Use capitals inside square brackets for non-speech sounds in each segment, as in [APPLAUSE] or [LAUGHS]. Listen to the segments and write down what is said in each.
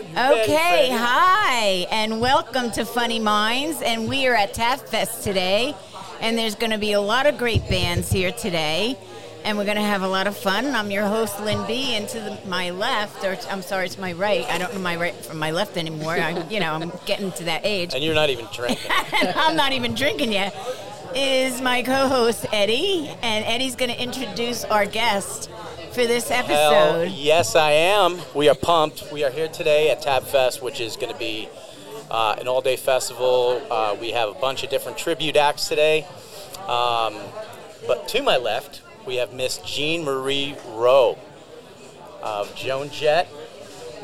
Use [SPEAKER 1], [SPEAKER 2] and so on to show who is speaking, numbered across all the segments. [SPEAKER 1] Okay, hi, and welcome to Funny Minds. And we are at Taft Fest today, and there's going to be a lot of great bands here today, and we're going to have a lot of fun. I'm your host, Lynn B, and to the, my left, or t- I'm sorry, to my right, I don't know my right from my left anymore. I'm, you know, I'm getting to that age. [LAUGHS]
[SPEAKER 2] And you're not even drinking.
[SPEAKER 1] and I'm not even drinking yet, is my co host Eddie. And Eddie's going to introduce our guest for this
[SPEAKER 2] Hell,
[SPEAKER 1] episode.
[SPEAKER 2] yes, I am. We are pumped. We are here today at Tab Fest, which is going to be uh, an all-day festival. Uh, we have a bunch of different tribute acts today. Um, but to my left, we have Miss Jean Marie Rowe of Joan Jett,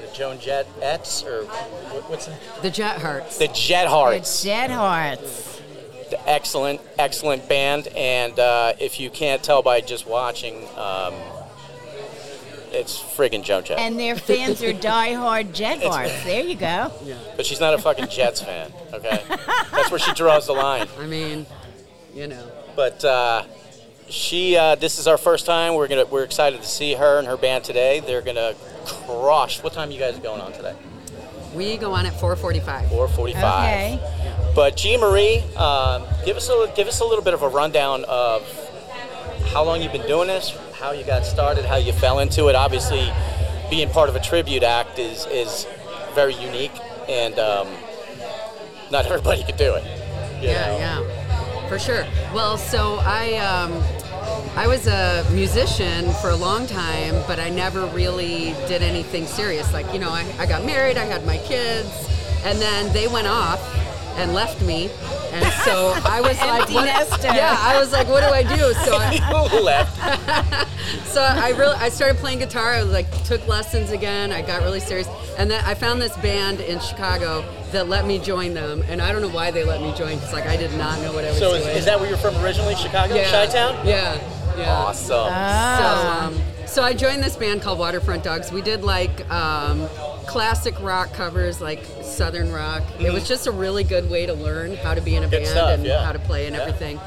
[SPEAKER 2] the Joan Jett Ets, or wh- what's the,
[SPEAKER 3] The Jet Hearts.
[SPEAKER 2] the Jet Hearts.
[SPEAKER 1] It's Jet Hearts.
[SPEAKER 2] excellent, excellent band. And uh, if you can't tell by just watching, um, it's friggin' Joan Jett.
[SPEAKER 1] And their fans are diehard Jet Hearts. There you go.
[SPEAKER 2] But she's not a fucking Jets fan, okay? That's where she draws the line.
[SPEAKER 3] I mean, you know.
[SPEAKER 2] But uh, she, uh, this is our first time. We're gonna, we're excited to see her and her band today. They're gonna crush. What time you guys going on today?
[SPEAKER 3] We go on at 445.
[SPEAKER 2] 4:45.
[SPEAKER 1] Okay.
[SPEAKER 2] But Jean Marie, um, give us a give us a little bit of a rundown of how long you've been doing this, how you got started, how you fell into it. Obviously, being part of a tribute act is is very unique, and um, not everybody could do it. you know?
[SPEAKER 3] Yeah, yeah, for sure. Well, so I um, I was a musician for a long time, but I never really did anything serious. Like you know, I, I got married, I had my kids, and then they went off and left me, and
[SPEAKER 1] [LAUGHS]
[SPEAKER 3] so I was like,
[SPEAKER 1] Empty
[SPEAKER 3] what?
[SPEAKER 1] nester.
[SPEAKER 3] Yeah, I was like, what do I do?
[SPEAKER 1] [LAUGHS]
[SPEAKER 3] So I,
[SPEAKER 2] [LAUGHS] you left.
[SPEAKER 3] So I really I started playing guitar. I was like took lessons again. I got really serious, and then I found this band in Chicago that let me join them. And I don't know why they let me join because like I did not know what I was
[SPEAKER 2] So
[SPEAKER 3] doing.
[SPEAKER 2] is, is that where you're from originally, Chicago,
[SPEAKER 3] yeah. Uh,
[SPEAKER 2] Chi-Town?
[SPEAKER 3] Yeah, yeah.
[SPEAKER 2] Awesome.
[SPEAKER 3] So, um, so I joined this band called Waterfront Dogs. We did like um, classic rock covers, like Southern rock. It was just a really good way to learn how to be in a band
[SPEAKER 2] Mm-hmm. stuff,
[SPEAKER 3] and
[SPEAKER 2] yeah.
[SPEAKER 3] how to play and
[SPEAKER 2] Yeah.
[SPEAKER 3] everything.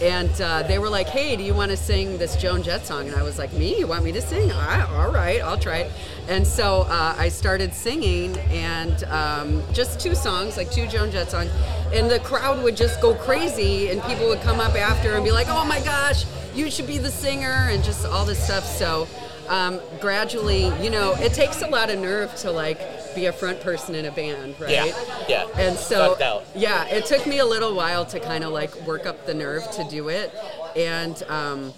[SPEAKER 3] And uh, they were like, "Hey, do you want to sing this Joan Jett song?" And I was like, "Me? You want me to sing? I, all right, I'll try it." And so uh, I started singing, and um, just two songs, like two Joan Jett songs, and the crowd would just go crazy, and people would come up after and be like, "Oh my gosh, you should be the singer," and just all this stuff. So um, gradually, you know, it takes a lot of nerve to like be a front person in a band, right?
[SPEAKER 2] Yeah, yeah.
[SPEAKER 3] And so,
[SPEAKER 2] Fucked out.
[SPEAKER 3] yeah, it took me a little while to kind of like work up the nerve to do it, and um,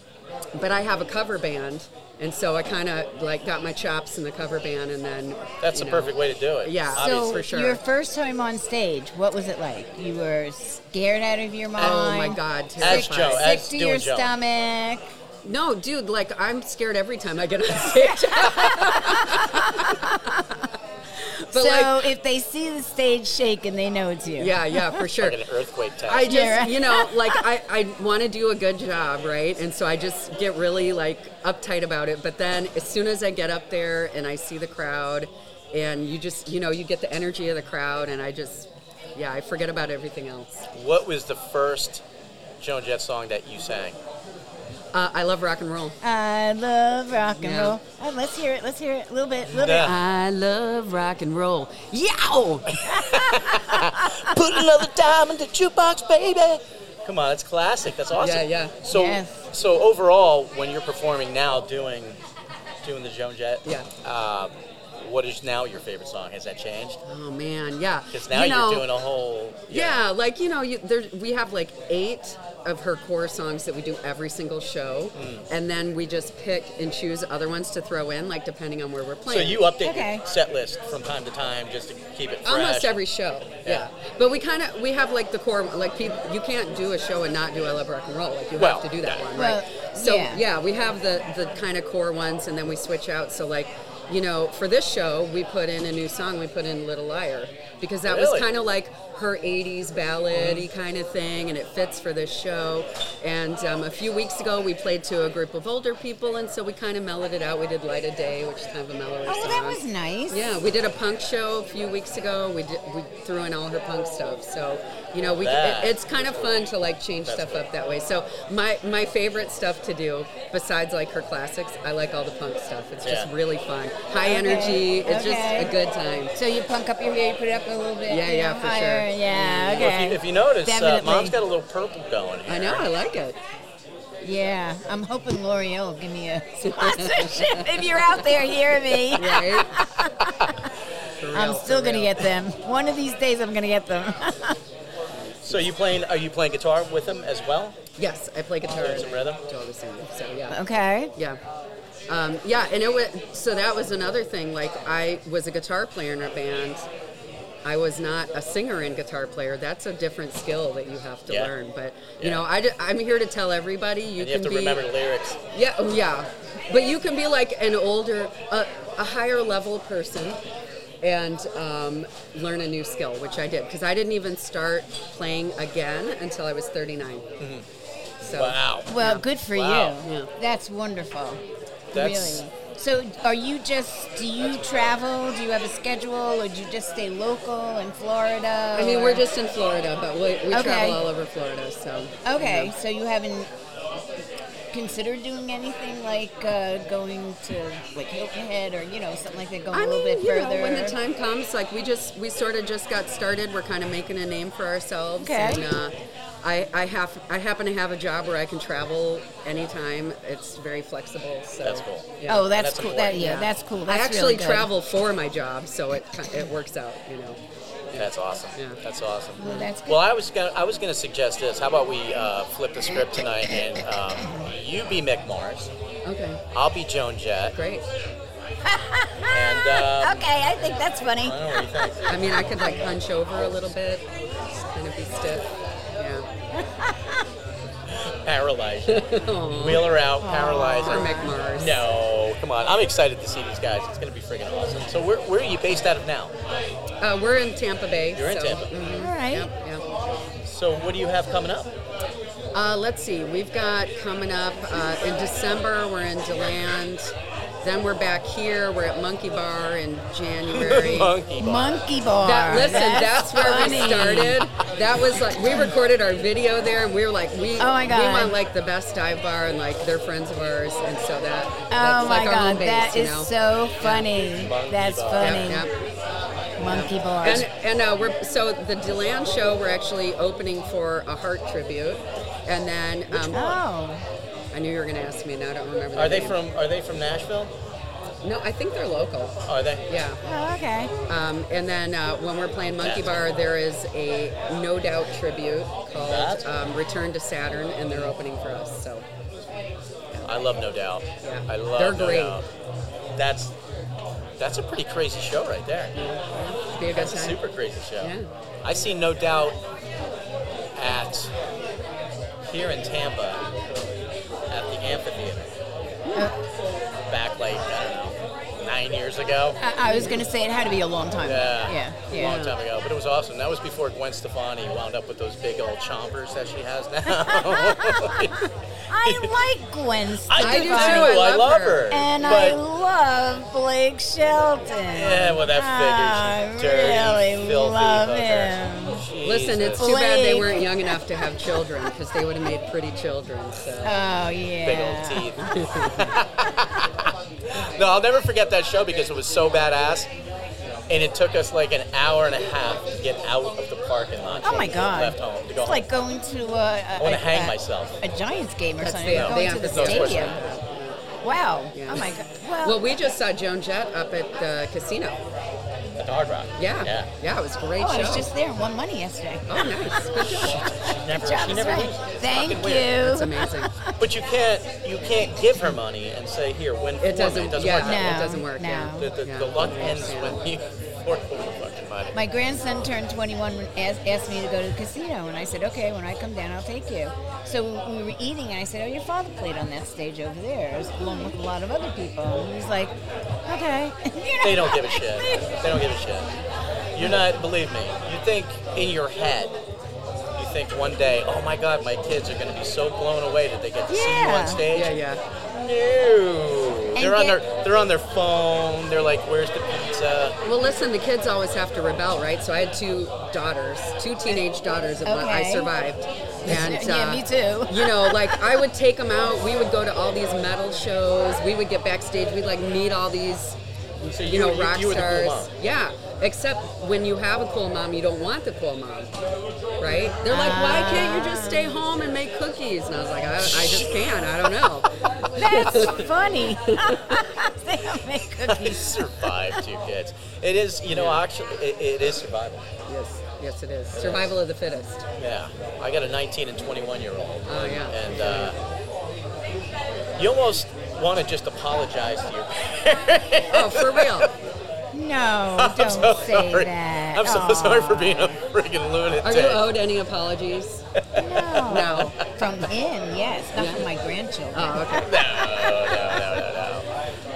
[SPEAKER 3] but I have a cover band, and so I kind of like got my chops in the cover band, and then
[SPEAKER 2] That's
[SPEAKER 3] you
[SPEAKER 2] the
[SPEAKER 3] know.
[SPEAKER 2] perfect way to do it.
[SPEAKER 3] Yeah. So-
[SPEAKER 2] Obviously.
[SPEAKER 1] So
[SPEAKER 3] for sure.
[SPEAKER 1] your first time on stage, what was it like? You were scared out of your mind.
[SPEAKER 3] Oh my god!
[SPEAKER 2] As
[SPEAKER 3] terrifying.
[SPEAKER 2] Joe,
[SPEAKER 1] Sick
[SPEAKER 2] That's
[SPEAKER 1] to
[SPEAKER 2] doing
[SPEAKER 1] your
[SPEAKER 2] Joan.
[SPEAKER 1] stomach.
[SPEAKER 3] No, dude, like I'm scared every time I get on stage. [LAUGHS] but
[SPEAKER 1] so
[SPEAKER 3] like,
[SPEAKER 1] if they see the stage shaking, they know it's you.
[SPEAKER 3] yeah, yeah, for sure.
[SPEAKER 2] Like an earthquake test.
[SPEAKER 3] I just,
[SPEAKER 1] Yeah, right.
[SPEAKER 3] you know, like I, I want to do a good job, right? And so I just get really like uptight about it. But then as soon as I get up there and I see the crowd, and you just, you know, you get the energy of the crowd, and I just, yeah, I forget about everything else.
[SPEAKER 2] what was the first Joan Jett song that you sang?
[SPEAKER 3] Uh, I love rock and roll.
[SPEAKER 1] I love rock and
[SPEAKER 3] Yeah.
[SPEAKER 1] roll. Oh, let's hear it. Let's hear it. A little bit. little
[SPEAKER 2] Yeah.
[SPEAKER 1] bit.
[SPEAKER 3] I love rock and roll. Yow!
[SPEAKER 2] Put another dime in the jukebox, baby. Come on, it's classic. That's awesome.
[SPEAKER 3] Yeah, yeah.
[SPEAKER 2] So,
[SPEAKER 1] Yes.
[SPEAKER 2] so overall, when you're performing now, doing doing the Joan Jett,
[SPEAKER 3] Yeah.
[SPEAKER 2] um, what is now your favorite song? Has that changed?
[SPEAKER 3] Oh man, yeah.
[SPEAKER 2] Because now
[SPEAKER 3] you know,
[SPEAKER 2] are doing a whole
[SPEAKER 3] Yeah, like you know, you, there, we have like eight of her core songs that we do every single show,
[SPEAKER 2] Mm.
[SPEAKER 3] and then we just pick and choose other ones to throw in, like depending on where we're
[SPEAKER 2] So
[SPEAKER 3] playing.
[SPEAKER 2] you update
[SPEAKER 1] Okay.
[SPEAKER 2] your set list from time to time just to keep it fresh.
[SPEAKER 3] almost every show, yeah. But we kind of we have like the core, like people, you can't do a show and not do I Love Rock and Roll, like you
[SPEAKER 2] Well,
[SPEAKER 3] have to do that
[SPEAKER 2] yeah.
[SPEAKER 3] one,
[SPEAKER 1] Well,
[SPEAKER 3] right? so
[SPEAKER 1] yeah.
[SPEAKER 3] yeah. we have the the kind of core ones, and then we switch out. So like. You know, for this show, we put in a new song. We put in "Little Liar" because that
[SPEAKER 2] Really? Mm-hmm.
[SPEAKER 3] was kind of like her '80s ballad-y kind of thing, and it fits for this show. And um, a few weeks ago, we played to a group of older people, and so we kind of mellowed it out. We did "Light of Day," which is kind of a mellower
[SPEAKER 1] Oh,
[SPEAKER 3] song.
[SPEAKER 1] well, that was nice.
[SPEAKER 3] Yeah, we did a punk show a few weeks ago. We did, we threw in all her punk stuff. So you know, we
[SPEAKER 2] That-
[SPEAKER 3] it, it's kind of fun to like change
[SPEAKER 2] That's
[SPEAKER 3] stuff
[SPEAKER 2] cool.
[SPEAKER 3] up that way. So my my favorite stuff to do besides like her classics, I like all the punk stuff. It's just
[SPEAKER 2] Yeah.
[SPEAKER 3] really fun, high energy. It's
[SPEAKER 1] Okay.
[SPEAKER 3] just a good time.
[SPEAKER 1] So you punk up your hair, you put it up a little bit.
[SPEAKER 3] Yeah,
[SPEAKER 1] you
[SPEAKER 3] yeah,
[SPEAKER 1] know,
[SPEAKER 3] for
[SPEAKER 1] higher.
[SPEAKER 3] sure.
[SPEAKER 1] Yeah,
[SPEAKER 2] Well,
[SPEAKER 1] okay.
[SPEAKER 2] if, you, if you notice, uh,
[SPEAKER 1] Definitely.
[SPEAKER 2] mom's got a little purple going here.
[SPEAKER 3] I know, I like it.
[SPEAKER 1] yeah, I'm hoping L'Oreal will give me
[SPEAKER 3] [LAUGHS]
[SPEAKER 1] a sponsorship. if you're out there, hear me.
[SPEAKER 3] Right? For real,
[SPEAKER 1] I'm still
[SPEAKER 3] for
[SPEAKER 1] gonna
[SPEAKER 3] real.
[SPEAKER 1] get them. One of these days, I'm gonna get them. [LAUGHS]
[SPEAKER 2] So you playing? Are you playing guitar with them as well?
[SPEAKER 3] Yes, I play guitar.
[SPEAKER 2] There's some rhythm.
[SPEAKER 3] Do all the singing, so yeah.
[SPEAKER 1] okay.
[SPEAKER 3] Yeah. Um, yeah, and it was so that was another thing. Like I was a guitar player in a band. I was not a singer and guitar player. That's a different skill that you have to
[SPEAKER 2] Yeah.
[SPEAKER 3] learn. But you
[SPEAKER 2] Yeah.
[SPEAKER 3] know, I am here to tell everybody you
[SPEAKER 2] And
[SPEAKER 3] can
[SPEAKER 2] you have to
[SPEAKER 3] be
[SPEAKER 2] remember the lyrics.
[SPEAKER 3] yeah, oh, yeah. But you can be like an older, a, a higher level person and um, learn a new skill, which I did because I didn't even start playing again until I was 39.
[SPEAKER 2] Mm-hmm.
[SPEAKER 3] So
[SPEAKER 2] Wow.
[SPEAKER 1] Well, good for
[SPEAKER 2] Wow.
[SPEAKER 1] you.
[SPEAKER 3] Yeah.
[SPEAKER 1] That's wonderful.
[SPEAKER 2] That's-
[SPEAKER 1] really. So, are you just? Do you travel? Do you have a schedule, or do you just stay local in Florida?
[SPEAKER 3] I mean,
[SPEAKER 1] or-
[SPEAKER 3] we're just in Florida, but we, we
[SPEAKER 1] Okay.
[SPEAKER 3] travel all over Florida, so.
[SPEAKER 1] okay.
[SPEAKER 3] you know.
[SPEAKER 1] So you haven't considered doing anything like uh, going to like Hilton Head or you know something like that, going
[SPEAKER 3] I
[SPEAKER 1] a little
[SPEAKER 3] mean,
[SPEAKER 1] bit
[SPEAKER 3] you
[SPEAKER 1] further.
[SPEAKER 3] know, when the time comes, like we just we sort of just got started. We're kind of making a name for ourselves.
[SPEAKER 1] Okay.
[SPEAKER 3] And, uh, I, I have I happen to have a job where I can travel anytime. It's very flexible. So
[SPEAKER 2] That's cool.
[SPEAKER 3] yeah.
[SPEAKER 1] Oh, that's,
[SPEAKER 2] That's
[SPEAKER 1] cool. That,
[SPEAKER 2] important.
[SPEAKER 1] yeah, that's cool. That's
[SPEAKER 3] I actually
[SPEAKER 1] really good.
[SPEAKER 3] travel for my job, so it ki- it works out. You know.
[SPEAKER 2] That's awesome.
[SPEAKER 3] Yeah.
[SPEAKER 2] That's awesome.
[SPEAKER 1] Well, that's good.
[SPEAKER 2] Well, I was gonna I was gonna suggest this. How about we uh, flip the script tonight and um, you be Mick Mars,
[SPEAKER 3] Okay.
[SPEAKER 2] I'll be Joan Jett,
[SPEAKER 3] Great.
[SPEAKER 2] and
[SPEAKER 3] Ah,
[SPEAKER 2] um,
[SPEAKER 1] okay, I think that's funny.
[SPEAKER 2] I don't know what you think.
[SPEAKER 3] I mean, I could like hunch over a little bit, just kind of be stiff. Yeah.
[SPEAKER 2] Paralyze,
[SPEAKER 3] [LAUGHS]
[SPEAKER 2] you. wheel her out, paralyze
[SPEAKER 3] Or
[SPEAKER 2] her.
[SPEAKER 3] Mick Mars.
[SPEAKER 2] No, come on. I'm excited to see these guys. It's gonna be friggin' awesome. So where, where are you based out of now?
[SPEAKER 3] Uh, we're in Tampa Bay.
[SPEAKER 2] You're in
[SPEAKER 3] so-
[SPEAKER 2] Tampa.
[SPEAKER 3] Mhm.
[SPEAKER 1] All right.
[SPEAKER 3] Yep, yep.
[SPEAKER 2] So what do you have coming up?
[SPEAKER 3] Uh, let's see, we've got coming up uh, in December, we're in DeLand. Then we're back here, we're at Monkey Bar in
[SPEAKER 2] [LAUGHS]
[SPEAKER 3] January.
[SPEAKER 2] Monkey bar.
[SPEAKER 1] Monkey bar.
[SPEAKER 3] That, listen, that's, where
[SPEAKER 1] funny.
[SPEAKER 3] we started. That was like we recorded our video there, and we were like, we
[SPEAKER 1] Oh my God.
[SPEAKER 3] we want like the best dive bar, and like they're friends of ours, and so that that's
[SPEAKER 1] Oh my
[SPEAKER 3] like our home
[SPEAKER 1] god,
[SPEAKER 3] base,
[SPEAKER 1] that
[SPEAKER 3] you
[SPEAKER 1] is
[SPEAKER 3] know.
[SPEAKER 1] so funny.
[SPEAKER 2] Monkey
[SPEAKER 1] That's
[SPEAKER 2] bar.
[SPEAKER 1] funny.
[SPEAKER 3] Yep, yep.
[SPEAKER 1] Monkey bar.
[SPEAKER 3] And, and uh, we're so the Deland show we're actually opening for a heart tribute, and then um,
[SPEAKER 1] oh,
[SPEAKER 3] I knew you were going to ask me, and I don't remember.
[SPEAKER 2] Are they
[SPEAKER 3] their name.
[SPEAKER 2] from Are they from Nashville?
[SPEAKER 3] No, I think they're local.
[SPEAKER 2] Are they?
[SPEAKER 3] Yeah.
[SPEAKER 1] oh, okay.
[SPEAKER 3] Um, and then uh, when we're playing Monkey
[SPEAKER 2] That's
[SPEAKER 3] Bar, there is a No Doubt tribute called
[SPEAKER 2] That's-
[SPEAKER 3] um, Return to Saturn, and they're opening for us. So
[SPEAKER 2] I love No Doubt.
[SPEAKER 3] Yeah.
[SPEAKER 2] I love
[SPEAKER 3] They're
[SPEAKER 2] No
[SPEAKER 3] great.
[SPEAKER 2] Doubt. That's that's a pretty crazy show right there.
[SPEAKER 3] it'll be a good
[SPEAKER 2] That's a
[SPEAKER 3] time.
[SPEAKER 2] super crazy show.
[SPEAKER 3] Yeah.
[SPEAKER 2] I see No Doubt at here in Tampa at the amphitheater. Back like I don't know nine years ago.
[SPEAKER 1] I, I was gonna say it had to be a long time.
[SPEAKER 2] Yeah.
[SPEAKER 1] Yeah.
[SPEAKER 2] A
[SPEAKER 1] yeah.
[SPEAKER 2] long time ago, but it was awesome. That was before Gwen Stefani wound up with those big old chompers that she has
[SPEAKER 3] [LAUGHS]
[SPEAKER 2] now.
[SPEAKER 1] I like Gwen
[SPEAKER 2] I
[SPEAKER 1] Stefani.
[SPEAKER 2] do too.
[SPEAKER 3] [LAUGHS] I
[SPEAKER 2] I
[SPEAKER 3] love
[SPEAKER 2] love
[SPEAKER 3] her.
[SPEAKER 2] her.
[SPEAKER 1] And
[SPEAKER 2] but
[SPEAKER 1] I love Blake Shelton.
[SPEAKER 2] Yeah, well, that figures. you dirty,
[SPEAKER 1] I really
[SPEAKER 2] filthy
[SPEAKER 1] love
[SPEAKER 2] hooker.
[SPEAKER 1] him.
[SPEAKER 2] Jesus.
[SPEAKER 3] Listen, it's too bad they
[SPEAKER 1] Blake.
[SPEAKER 3] weren't young enough to have children because they would have made pretty children. So
[SPEAKER 1] Oh yeah.
[SPEAKER 2] big old teeth. [LAUGHS] no, I'll never forget that show because it was so badass, and it took us like an hour and a half to get out of the parking lot.
[SPEAKER 1] Oh my god.
[SPEAKER 2] Left home to go
[SPEAKER 1] It's like going to uh, a,
[SPEAKER 2] I wanna
[SPEAKER 1] a-
[SPEAKER 2] hang
[SPEAKER 1] a-
[SPEAKER 2] myself.
[SPEAKER 1] A Giants game or
[SPEAKER 3] that's
[SPEAKER 1] something.
[SPEAKER 3] the,
[SPEAKER 1] You're
[SPEAKER 3] the
[SPEAKER 1] going to the
[SPEAKER 2] No,
[SPEAKER 3] emphasis.
[SPEAKER 2] of course
[SPEAKER 1] stadium. Wow.
[SPEAKER 3] Yeah.
[SPEAKER 1] Oh my god. Well,
[SPEAKER 3] Well, we just saw Joan Jett up at the casino.
[SPEAKER 2] at the Hard Rock.
[SPEAKER 3] Yeah,
[SPEAKER 2] yeah.
[SPEAKER 3] it was a great
[SPEAKER 1] oh,
[SPEAKER 3] show.
[SPEAKER 1] I was just there and won money yesterday.
[SPEAKER 3] oh, nice, good job.
[SPEAKER 2] Never,
[SPEAKER 1] Job
[SPEAKER 2] she
[SPEAKER 1] is
[SPEAKER 2] never
[SPEAKER 1] right.
[SPEAKER 2] leaves. It's
[SPEAKER 1] Thank
[SPEAKER 2] fucking
[SPEAKER 1] you.
[SPEAKER 2] weird.
[SPEAKER 3] That's amazing.
[SPEAKER 2] [LAUGHS] But you can't, you can't give her money and say, "Here, win." for me."
[SPEAKER 3] It doesn't.
[SPEAKER 2] It doesn't
[SPEAKER 3] yeah,
[SPEAKER 2] work. that
[SPEAKER 1] No,
[SPEAKER 3] it doesn't work.
[SPEAKER 1] no.
[SPEAKER 3] Yeah.
[SPEAKER 2] way. The, the,
[SPEAKER 3] yeah.
[SPEAKER 2] the luck
[SPEAKER 3] I
[SPEAKER 2] ends
[SPEAKER 3] understand.
[SPEAKER 2] when you [LAUGHS] fork over fucking money.
[SPEAKER 1] My grandson turned 21 and asked, asked me to go to the casino, and I said, okay, when I come down, I'll take you. So we were eating, and I said, oh, your father played on that stage over there, along with a lot of other people. And he was like, okay. [LAUGHS] You know?
[SPEAKER 2] They don't give a shit.
[SPEAKER 1] [LAUGHS]
[SPEAKER 2] They don't give a shit. You're not, believe me, you think in your head, you think one day, oh my god, my kids are going to be so blown away that they get to see you
[SPEAKER 1] Yeah.
[SPEAKER 2] on stage.
[SPEAKER 3] Yeah, yeah.
[SPEAKER 2] No. They're on
[SPEAKER 1] get-
[SPEAKER 2] their they're on their phone. They're like, "Where's the pizza?"
[SPEAKER 3] Well, listen, the kids always have to rebel, right? So I had two daughters, two teenage daughters of mine. I
[SPEAKER 1] Okay.
[SPEAKER 3] survived. And,
[SPEAKER 1] [LAUGHS]
[SPEAKER 3] uh,
[SPEAKER 1] Yeah, me too.
[SPEAKER 3] you
[SPEAKER 1] [LAUGHS]
[SPEAKER 3] know, like I would take them out. We would go to all these metal shows. We would get backstage. We'd like meet all these,
[SPEAKER 2] So
[SPEAKER 3] you,
[SPEAKER 2] you
[SPEAKER 3] know,
[SPEAKER 2] were- you-
[SPEAKER 3] rock
[SPEAKER 2] you were the cool
[SPEAKER 3] stars.
[SPEAKER 2] mom. [LAUGHS]
[SPEAKER 3] Yeah. Except when you have a cool mom, you don't want the cool mom, right? They're like, why can't you just stay home and make cookies? And I was like, I, I just can't. I don't
[SPEAKER 2] [LAUGHS]
[SPEAKER 3] know.
[SPEAKER 1] That's funny. [LAUGHS] They don't make
[SPEAKER 2] They
[SPEAKER 1] cookies.
[SPEAKER 2] survived two kids. It is, you know, actually, it, it is survival.
[SPEAKER 3] yes, yes, it is. Survival of the fittest.
[SPEAKER 2] Yeah, I got a 19 and 21 year old.
[SPEAKER 3] Oh, yeah.
[SPEAKER 2] And uh, you almost want to just apologize to your parents.
[SPEAKER 3] Oh, for real.
[SPEAKER 1] No,
[SPEAKER 2] I'm
[SPEAKER 1] don't
[SPEAKER 2] so
[SPEAKER 1] say
[SPEAKER 2] sorry.
[SPEAKER 1] that.
[SPEAKER 2] I'm so
[SPEAKER 1] Aw,
[SPEAKER 2] sorry for being a freaking lunatic.
[SPEAKER 3] Are
[SPEAKER 1] [LAUGHS]
[SPEAKER 3] you owed any apologies?
[SPEAKER 1] No.
[SPEAKER 3] No.
[SPEAKER 1] From him, yes, not from my grandchildren.
[SPEAKER 3] Oh, okay.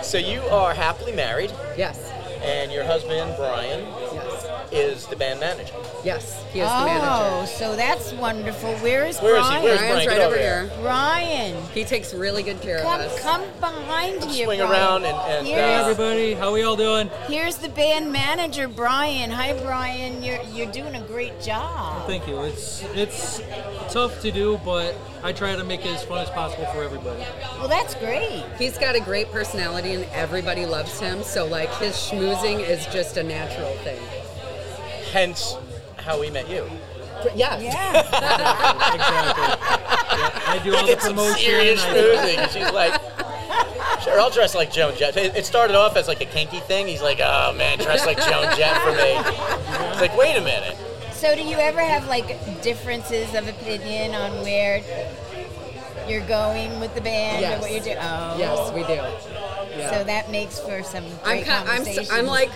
[SPEAKER 2] so you are happily married,
[SPEAKER 3] Yes.
[SPEAKER 2] and your husband Brian
[SPEAKER 3] Yes.
[SPEAKER 2] is the band manager.
[SPEAKER 3] Yes. He is the
[SPEAKER 1] oh,
[SPEAKER 3] manager.
[SPEAKER 1] so that's wonderful. Where is
[SPEAKER 2] Where is he?
[SPEAKER 1] Brian?
[SPEAKER 2] Where's
[SPEAKER 3] Brian's
[SPEAKER 2] Brian?
[SPEAKER 3] right
[SPEAKER 2] Get
[SPEAKER 3] over
[SPEAKER 2] over here.
[SPEAKER 3] here.
[SPEAKER 1] Brian,
[SPEAKER 3] He takes really good care
[SPEAKER 1] come
[SPEAKER 3] of us.
[SPEAKER 1] come behind here.
[SPEAKER 2] Swing
[SPEAKER 1] Brian.
[SPEAKER 2] around and- and, uh,
[SPEAKER 1] here's,
[SPEAKER 2] Hey,
[SPEAKER 4] everybody. How we all doing?
[SPEAKER 1] here's the band manager, Brian. Hi, Brian. You're you're doing a great job.
[SPEAKER 4] Thank you. It's it's tough to do, but I try to make it as fun as possible for everybody.
[SPEAKER 1] Well, that's great.
[SPEAKER 3] He's got a great personality and everybody loves him. So like his schmoozing is just a natural thing.
[SPEAKER 2] Hence how we met you.
[SPEAKER 3] Yes.
[SPEAKER 1] Yeah.
[SPEAKER 4] Exactly. Yeah, I do all the
[SPEAKER 2] It's some
[SPEAKER 4] promotion.
[SPEAKER 2] serious
[SPEAKER 4] I-
[SPEAKER 2] schmoozing. She's like, sure, I'll dress like Joan Jett. It it started off as like a kinky thing. He's like, oh man, dress like Joan Jett for me. It's like, wait a minute.
[SPEAKER 1] so, do you ever have like differences of opinion on where you're going with the band
[SPEAKER 3] Yes.
[SPEAKER 1] or what you're doing? Oh,
[SPEAKER 3] Yes, we do.
[SPEAKER 1] So that makes for some
[SPEAKER 3] I'm
[SPEAKER 1] great
[SPEAKER 3] kind, I'm s-
[SPEAKER 1] conversations.
[SPEAKER 3] I'm
[SPEAKER 4] [LAUGHS]
[SPEAKER 3] like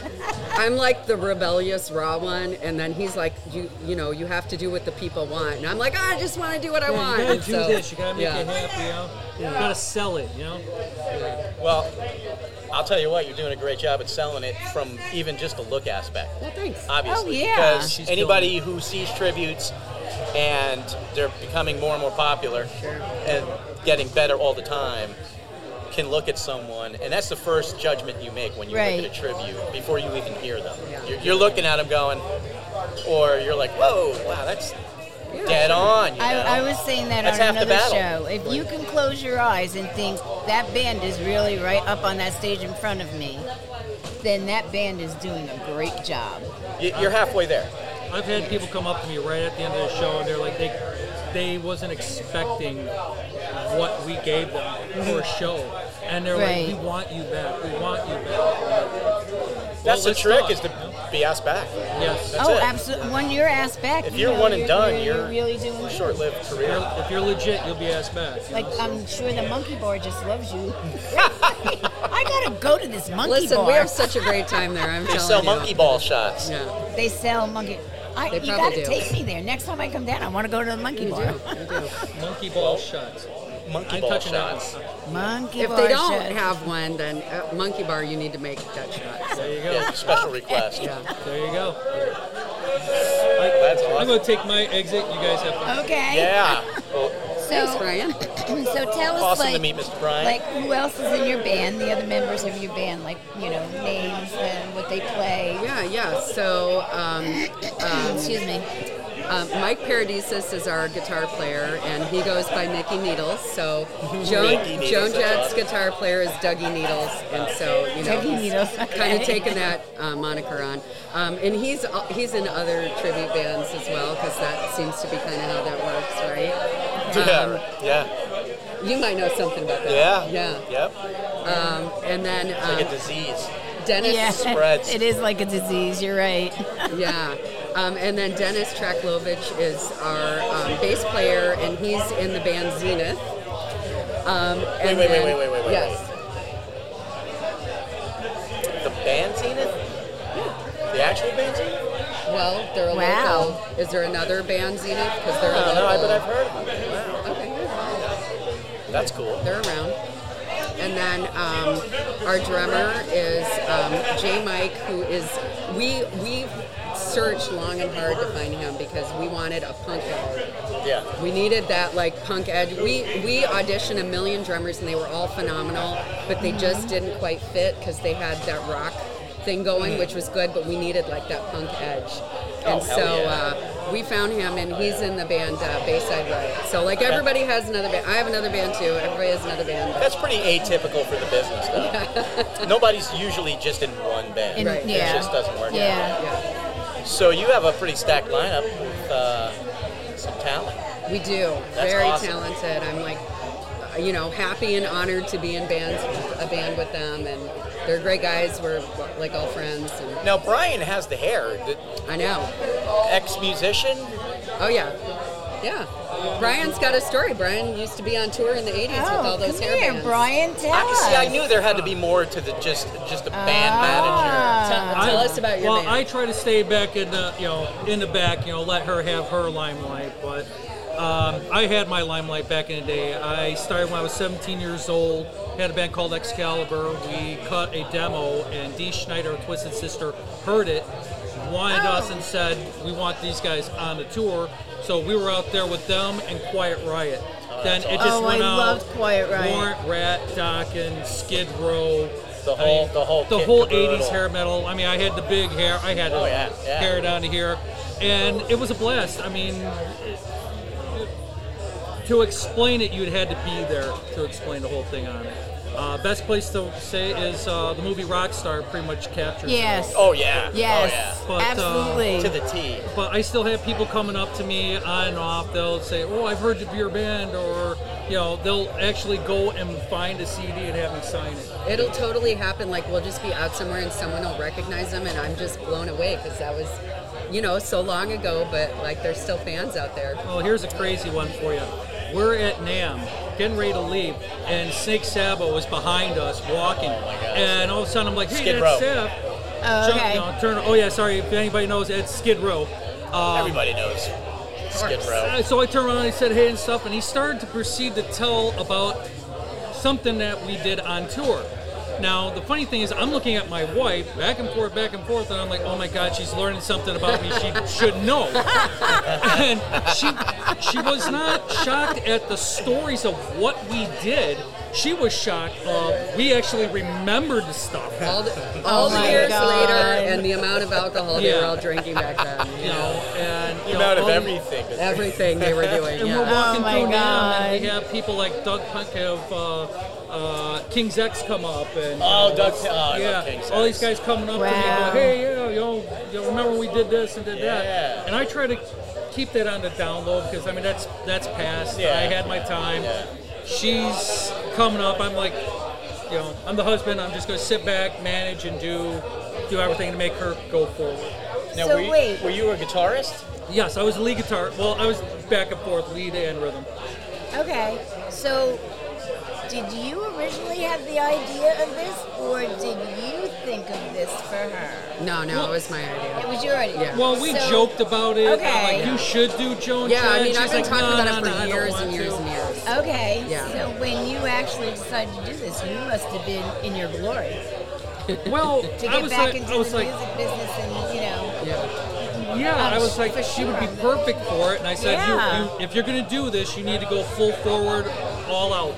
[SPEAKER 3] I'm like the rebellious raw one, and then he's like you you know you have to do what the people want, and I'm like I just want to do what I
[SPEAKER 4] Yeah,
[SPEAKER 3] want.
[SPEAKER 4] you gotta
[SPEAKER 3] And
[SPEAKER 4] do
[SPEAKER 3] so-
[SPEAKER 4] this. You gotta make
[SPEAKER 3] yeah.
[SPEAKER 4] it happy. You know. You gotta sell it. You know.
[SPEAKER 2] Well, I'll tell you what, you're doing a great job at selling it from even just the look aspect.
[SPEAKER 3] Well, thanks.
[SPEAKER 2] obviously.
[SPEAKER 1] Oh, yeah.
[SPEAKER 2] Because
[SPEAKER 4] She's
[SPEAKER 2] anybody who sees tributes and they're becoming more and more popular and getting better all the time can look at someone, and that's the first judgment you make when you
[SPEAKER 1] Right.
[SPEAKER 2] look at a tribute before you even hear them.
[SPEAKER 3] Yeah.
[SPEAKER 2] You're, you're looking at them going, or you're like, whoa, wow, that's
[SPEAKER 3] Yeah,
[SPEAKER 2] dead
[SPEAKER 3] sure.
[SPEAKER 2] on. You know?
[SPEAKER 1] I, I was saying that
[SPEAKER 2] That's
[SPEAKER 1] on
[SPEAKER 2] half the
[SPEAKER 1] another
[SPEAKER 2] battle.
[SPEAKER 1] show. If you can close your eyes and think that band is really right up on that stage in front of me, then that band is doing a great job.
[SPEAKER 2] You- You're halfway there.
[SPEAKER 4] I've had people come up to me right at the end of the show, and they're like, they they wasn't expecting what we gave them for a show, and they're
[SPEAKER 1] Right.
[SPEAKER 4] like, we want you back. We want you back.
[SPEAKER 2] That's the
[SPEAKER 4] let's
[SPEAKER 2] trick
[SPEAKER 4] talk,
[SPEAKER 2] is
[SPEAKER 4] you
[SPEAKER 2] to
[SPEAKER 4] know?
[SPEAKER 2] be asked back.
[SPEAKER 4] Yes.
[SPEAKER 2] That's
[SPEAKER 1] oh,
[SPEAKER 2] it.
[SPEAKER 1] absolutely. When you're asked back,
[SPEAKER 2] If
[SPEAKER 1] you
[SPEAKER 2] you're
[SPEAKER 1] know,
[SPEAKER 2] one and done,
[SPEAKER 1] you're,
[SPEAKER 2] you're,
[SPEAKER 1] really doing good.
[SPEAKER 2] short-lived
[SPEAKER 4] If
[SPEAKER 2] career.
[SPEAKER 4] you're, if you're legit, you'll be asked back. you
[SPEAKER 1] Like
[SPEAKER 4] know?
[SPEAKER 1] I'm sure the monkey bar just loves
[SPEAKER 3] [LAUGHS]
[SPEAKER 1] you. [LAUGHS] I gotta go to this monkey
[SPEAKER 3] Listen,
[SPEAKER 1] bar.
[SPEAKER 3] we have such a great time there. I'm
[SPEAKER 2] They
[SPEAKER 3] telling
[SPEAKER 2] sell
[SPEAKER 3] you.
[SPEAKER 2] monkey ball shots.
[SPEAKER 3] Yeah.
[SPEAKER 1] they sell monkey. I,
[SPEAKER 3] They
[SPEAKER 1] you gotta
[SPEAKER 3] probably do.
[SPEAKER 1] take me there next time I come down. I want to go to the monkey
[SPEAKER 3] You
[SPEAKER 1] bar.
[SPEAKER 3] do. You do.
[SPEAKER 4] Monkey ball shots.
[SPEAKER 2] Monkey
[SPEAKER 4] I'm
[SPEAKER 2] ball
[SPEAKER 4] touching that
[SPEAKER 2] shots.
[SPEAKER 4] one.
[SPEAKER 1] Monkey
[SPEAKER 3] If
[SPEAKER 1] bar.
[SPEAKER 3] they don't
[SPEAKER 1] shut.
[SPEAKER 3] have one, then at Monkey Bar, you need to make that shot.
[SPEAKER 4] There you go.
[SPEAKER 2] Yeah, special request.
[SPEAKER 3] Yeah.
[SPEAKER 4] There you go.
[SPEAKER 2] That's
[SPEAKER 4] I'm
[SPEAKER 2] awesome.
[SPEAKER 4] gonna take my exit. You guys have fun.
[SPEAKER 1] Okay. [LAUGHS]
[SPEAKER 2] Yeah. Well,
[SPEAKER 1] So,
[SPEAKER 3] Thanks, Brian.
[SPEAKER 1] [CLEARS THROAT] so tell us
[SPEAKER 2] awesome
[SPEAKER 1] like
[SPEAKER 2] to meet Mr. Brian.
[SPEAKER 1] Like, who else is in your band? The other members of your band, like, you know, names and what they play.
[SPEAKER 3] Yeah, yeah. So um,
[SPEAKER 1] [CLEARS THROAT] Excuse me.
[SPEAKER 3] um, Mike Paradisus is our guitar player, and he goes by Nicky Needles.
[SPEAKER 2] [LAUGHS]
[SPEAKER 3] So Joan,
[SPEAKER 2] Nicky Needles,
[SPEAKER 3] Joan
[SPEAKER 2] that's
[SPEAKER 3] Jett's
[SPEAKER 2] awesome.
[SPEAKER 3] guitar player is Dougie Needles, and so you know,
[SPEAKER 1] Dougie Needles, okay.
[SPEAKER 3] kind of taking that uh, moniker on. Um, and he's he's in other tribute bands as well, because that seems to be kind of how that works, right? Um,
[SPEAKER 2] yeah.
[SPEAKER 3] You might know something about
[SPEAKER 2] Yeah.
[SPEAKER 3] that. Yeah.
[SPEAKER 2] Yep.
[SPEAKER 3] And then
[SPEAKER 2] Like a
[SPEAKER 3] um,
[SPEAKER 2] disease.
[SPEAKER 3] Dennis.
[SPEAKER 1] Yeah,
[SPEAKER 2] spreads.
[SPEAKER 1] it is like a disease. You're right.
[SPEAKER 3] Yeah. Um, and then Dennis Traklovich is our um, bass player, and he's in the band Zenith. Um, and
[SPEAKER 2] wait, wait,
[SPEAKER 3] then-
[SPEAKER 2] wait, wait, wait, wait,
[SPEAKER 3] Yes.
[SPEAKER 2] The band zenith? The actual band zenith?
[SPEAKER 3] Well, they're a
[SPEAKER 1] Wow.
[SPEAKER 3] local. Is there another band Zenith? Because they're a
[SPEAKER 2] I don't
[SPEAKER 3] local.
[SPEAKER 2] know, Uh, but I've heard of them.
[SPEAKER 3] Okay.
[SPEAKER 2] That's cool.
[SPEAKER 3] They're around. And then um, our drummer is um, J. Mike, who is we we searched long and hard to find him because we wanted a punk guy.
[SPEAKER 2] Yeah.
[SPEAKER 3] We needed that like punk edge. We we auditioned a million drummers and they were all phenomenal, but they just didn't quite fit because they had that rock thing going, which was good, but we needed like that punk edge. And
[SPEAKER 2] Oh, hell
[SPEAKER 3] so
[SPEAKER 2] yeah.
[SPEAKER 3] uh, we found him, and he's in the band uh, Bayside Riot. So like everybody has another band. I have another band too. Everybody has another band. but-
[SPEAKER 2] That's pretty atypical for the business, though.
[SPEAKER 1] [LAUGHS]
[SPEAKER 2] Nobody's usually just in one band.
[SPEAKER 1] And-
[SPEAKER 3] Right.
[SPEAKER 1] Yeah.
[SPEAKER 2] It just doesn't work.
[SPEAKER 1] Yeah.
[SPEAKER 3] yeah.
[SPEAKER 2] So you have a pretty stacked lineup with uh, some talent.
[SPEAKER 3] We do.
[SPEAKER 2] That's
[SPEAKER 3] Very
[SPEAKER 2] awesome.
[SPEAKER 3] talented. I'm like, uh, you know, happy and honored to be in bands, a band with them, and they're great guys. We're like all friends. And
[SPEAKER 2] Now Brian has the hair. The
[SPEAKER 3] I know.
[SPEAKER 2] ex-musician.
[SPEAKER 3] Oh yeah, yeah. Brian's got a story. Brian used to be on tour in the '80s with all
[SPEAKER 1] Oh,
[SPEAKER 3] those
[SPEAKER 1] come
[SPEAKER 3] hair
[SPEAKER 1] here,
[SPEAKER 3] bands.
[SPEAKER 1] Brian. Tell
[SPEAKER 2] I see. I
[SPEAKER 1] us.
[SPEAKER 2] knew there had to be more to the just just a band
[SPEAKER 1] Ah.
[SPEAKER 2] manager.
[SPEAKER 3] Tell, tell
[SPEAKER 4] I-
[SPEAKER 3] us about your
[SPEAKER 4] well,
[SPEAKER 3] band.
[SPEAKER 4] I try to stay back in the you know in the back, you know, let her have her limelight. But um, I had my limelight back in the day. I started when I was 17 years old. Had a band called Excalibur. We cut a demo, and Dee Schneider, Twisted Sister, heard it, wanted us,
[SPEAKER 1] Oh.
[SPEAKER 4] and said, "We want these guys on the tour." So we were out there with them and Quiet Riot. then it just
[SPEAKER 1] awesome. Oh, I
[SPEAKER 4] went out.
[SPEAKER 1] loved Quiet Riot.
[SPEAKER 4] Warrant Rat, Dokken, Skid Row.
[SPEAKER 2] The
[SPEAKER 4] I
[SPEAKER 2] whole- the whole
[SPEAKER 4] the
[SPEAKER 2] kit
[SPEAKER 4] whole
[SPEAKER 2] caboodle.
[SPEAKER 4] 80s hair metal. I mean, I had the big hair. I had
[SPEAKER 2] Oh, yeah, yeah.
[SPEAKER 4] hair down to here, and it was a blast. I mean, it- to explain it, you'd had to be there to explain the whole thing on it. Uh, best place to say is uh, the movie Rockstar pretty much captures it.
[SPEAKER 1] Yes.
[SPEAKER 2] Oh yeah.
[SPEAKER 1] Yes.
[SPEAKER 2] Oh,
[SPEAKER 4] But, uh,
[SPEAKER 1] Absolutely.
[SPEAKER 2] yeah. To the T.
[SPEAKER 4] But I still have people coming up to me on and off. They'll say, "Oh, I've heard of your band," or you know, they'll actually go and find a CD and have me sign it.
[SPEAKER 3] It'll totally happen. Like we'll just be out somewhere and someone will recognize them, and I'm just blown away because that was, you know, so long ago. But like, there's still fans out there.
[SPEAKER 4] Well, here's a crazy one for you. We're at NAM, getting ready to leave, and Snake Sabo was behind us walking. and all of a sudden, I'm like, hey,
[SPEAKER 2] Oh Skid
[SPEAKER 4] that's
[SPEAKER 2] Row.
[SPEAKER 4] Sab.
[SPEAKER 1] Oh,
[SPEAKER 4] Jump-
[SPEAKER 1] okay.
[SPEAKER 4] no, turn. Oh, yeah, sorry. If anybody knows, it's Skid Row.
[SPEAKER 2] Everybody knows Skid Row.
[SPEAKER 4] Uh, So I turned around and I said, hey, and stuff, and he started to proceed to tell about something that we did on tour. Now, the funny thing is, I'm looking at my wife back and forth, back and forth, and I'm like, oh my God, she's learning something about me she should know. [LAUGHS] and she, she was not shocked at the stories of what we did. She was shocked of we actually remembered the stuff.
[SPEAKER 3] All the, all the
[SPEAKER 1] my
[SPEAKER 3] years
[SPEAKER 1] God.
[SPEAKER 3] later, and the amount of alcohol they were
[SPEAKER 4] Oh Yeah.
[SPEAKER 3] all drinking back then.
[SPEAKER 4] [LAUGHS] You know, and you
[SPEAKER 2] The
[SPEAKER 4] know,
[SPEAKER 2] amount of
[SPEAKER 4] all-
[SPEAKER 2] everything.
[SPEAKER 3] Everything they were doing.
[SPEAKER 4] And we're
[SPEAKER 3] Yeah.
[SPEAKER 4] walking
[SPEAKER 1] Oh my
[SPEAKER 4] through now, and we
[SPEAKER 1] God.
[SPEAKER 4] have people like Doug Punk of uh, uh, King's X come up, and
[SPEAKER 2] Oh, Doug.
[SPEAKER 4] it's-
[SPEAKER 2] Oh, I love
[SPEAKER 4] yeah,
[SPEAKER 2] King's
[SPEAKER 4] all
[SPEAKER 2] X.
[SPEAKER 4] these guys coming up to me, and
[SPEAKER 1] Wow.
[SPEAKER 4] go, hey, yeah, you know, you know, remember we did this and did
[SPEAKER 2] Yeah.
[SPEAKER 4] that, and I try to keep that on the down low because I mean that's that's past.
[SPEAKER 2] Yeah.
[SPEAKER 4] I had my time.
[SPEAKER 2] Yeah.
[SPEAKER 4] She's coming up. I'm like, you know, I'm the husband. I'm just going to sit back, manage, and do do everything to make her go forward.
[SPEAKER 2] Now,
[SPEAKER 1] So
[SPEAKER 2] were you,
[SPEAKER 1] wait.
[SPEAKER 2] Were you a guitarist?
[SPEAKER 4] Yes, I was lead guitar. Well, I was back and forth, lead and rhythm.
[SPEAKER 1] Okay. So, did you originally have the idea of this, or did you think of this for her?
[SPEAKER 3] No, no, it was my idea.
[SPEAKER 1] It was your idea.
[SPEAKER 3] Yeah.
[SPEAKER 4] Well, we
[SPEAKER 1] So-
[SPEAKER 4] joked about it. I'm
[SPEAKER 1] Okay.
[SPEAKER 4] Like you should do Joan.
[SPEAKER 3] Yeah, I
[SPEAKER 4] Jett."
[SPEAKER 3] mean,
[SPEAKER 4] She's
[SPEAKER 3] I've been
[SPEAKER 4] like,
[SPEAKER 3] talking
[SPEAKER 4] "No,
[SPEAKER 3] about
[SPEAKER 4] no,
[SPEAKER 3] it for
[SPEAKER 4] no, I don't
[SPEAKER 3] years
[SPEAKER 4] want
[SPEAKER 3] and years
[SPEAKER 4] to."
[SPEAKER 3] and years.
[SPEAKER 1] Okay.
[SPEAKER 3] Yeah.
[SPEAKER 1] So when you actually decided to do this, you must have been in your glory
[SPEAKER 4] Well,
[SPEAKER 1] to
[SPEAKER 4] I
[SPEAKER 1] get
[SPEAKER 4] was
[SPEAKER 1] back
[SPEAKER 4] like,
[SPEAKER 1] into
[SPEAKER 4] I was
[SPEAKER 1] the
[SPEAKER 4] like,
[SPEAKER 1] music business and you know.
[SPEAKER 3] Yeah.
[SPEAKER 4] yeah, I was like,
[SPEAKER 1] for
[SPEAKER 4] she
[SPEAKER 1] sure.
[SPEAKER 4] would be perfect for it. And I said, you-
[SPEAKER 1] Yeah.
[SPEAKER 4] you, if you're going to do this, you need to go full forward, all out.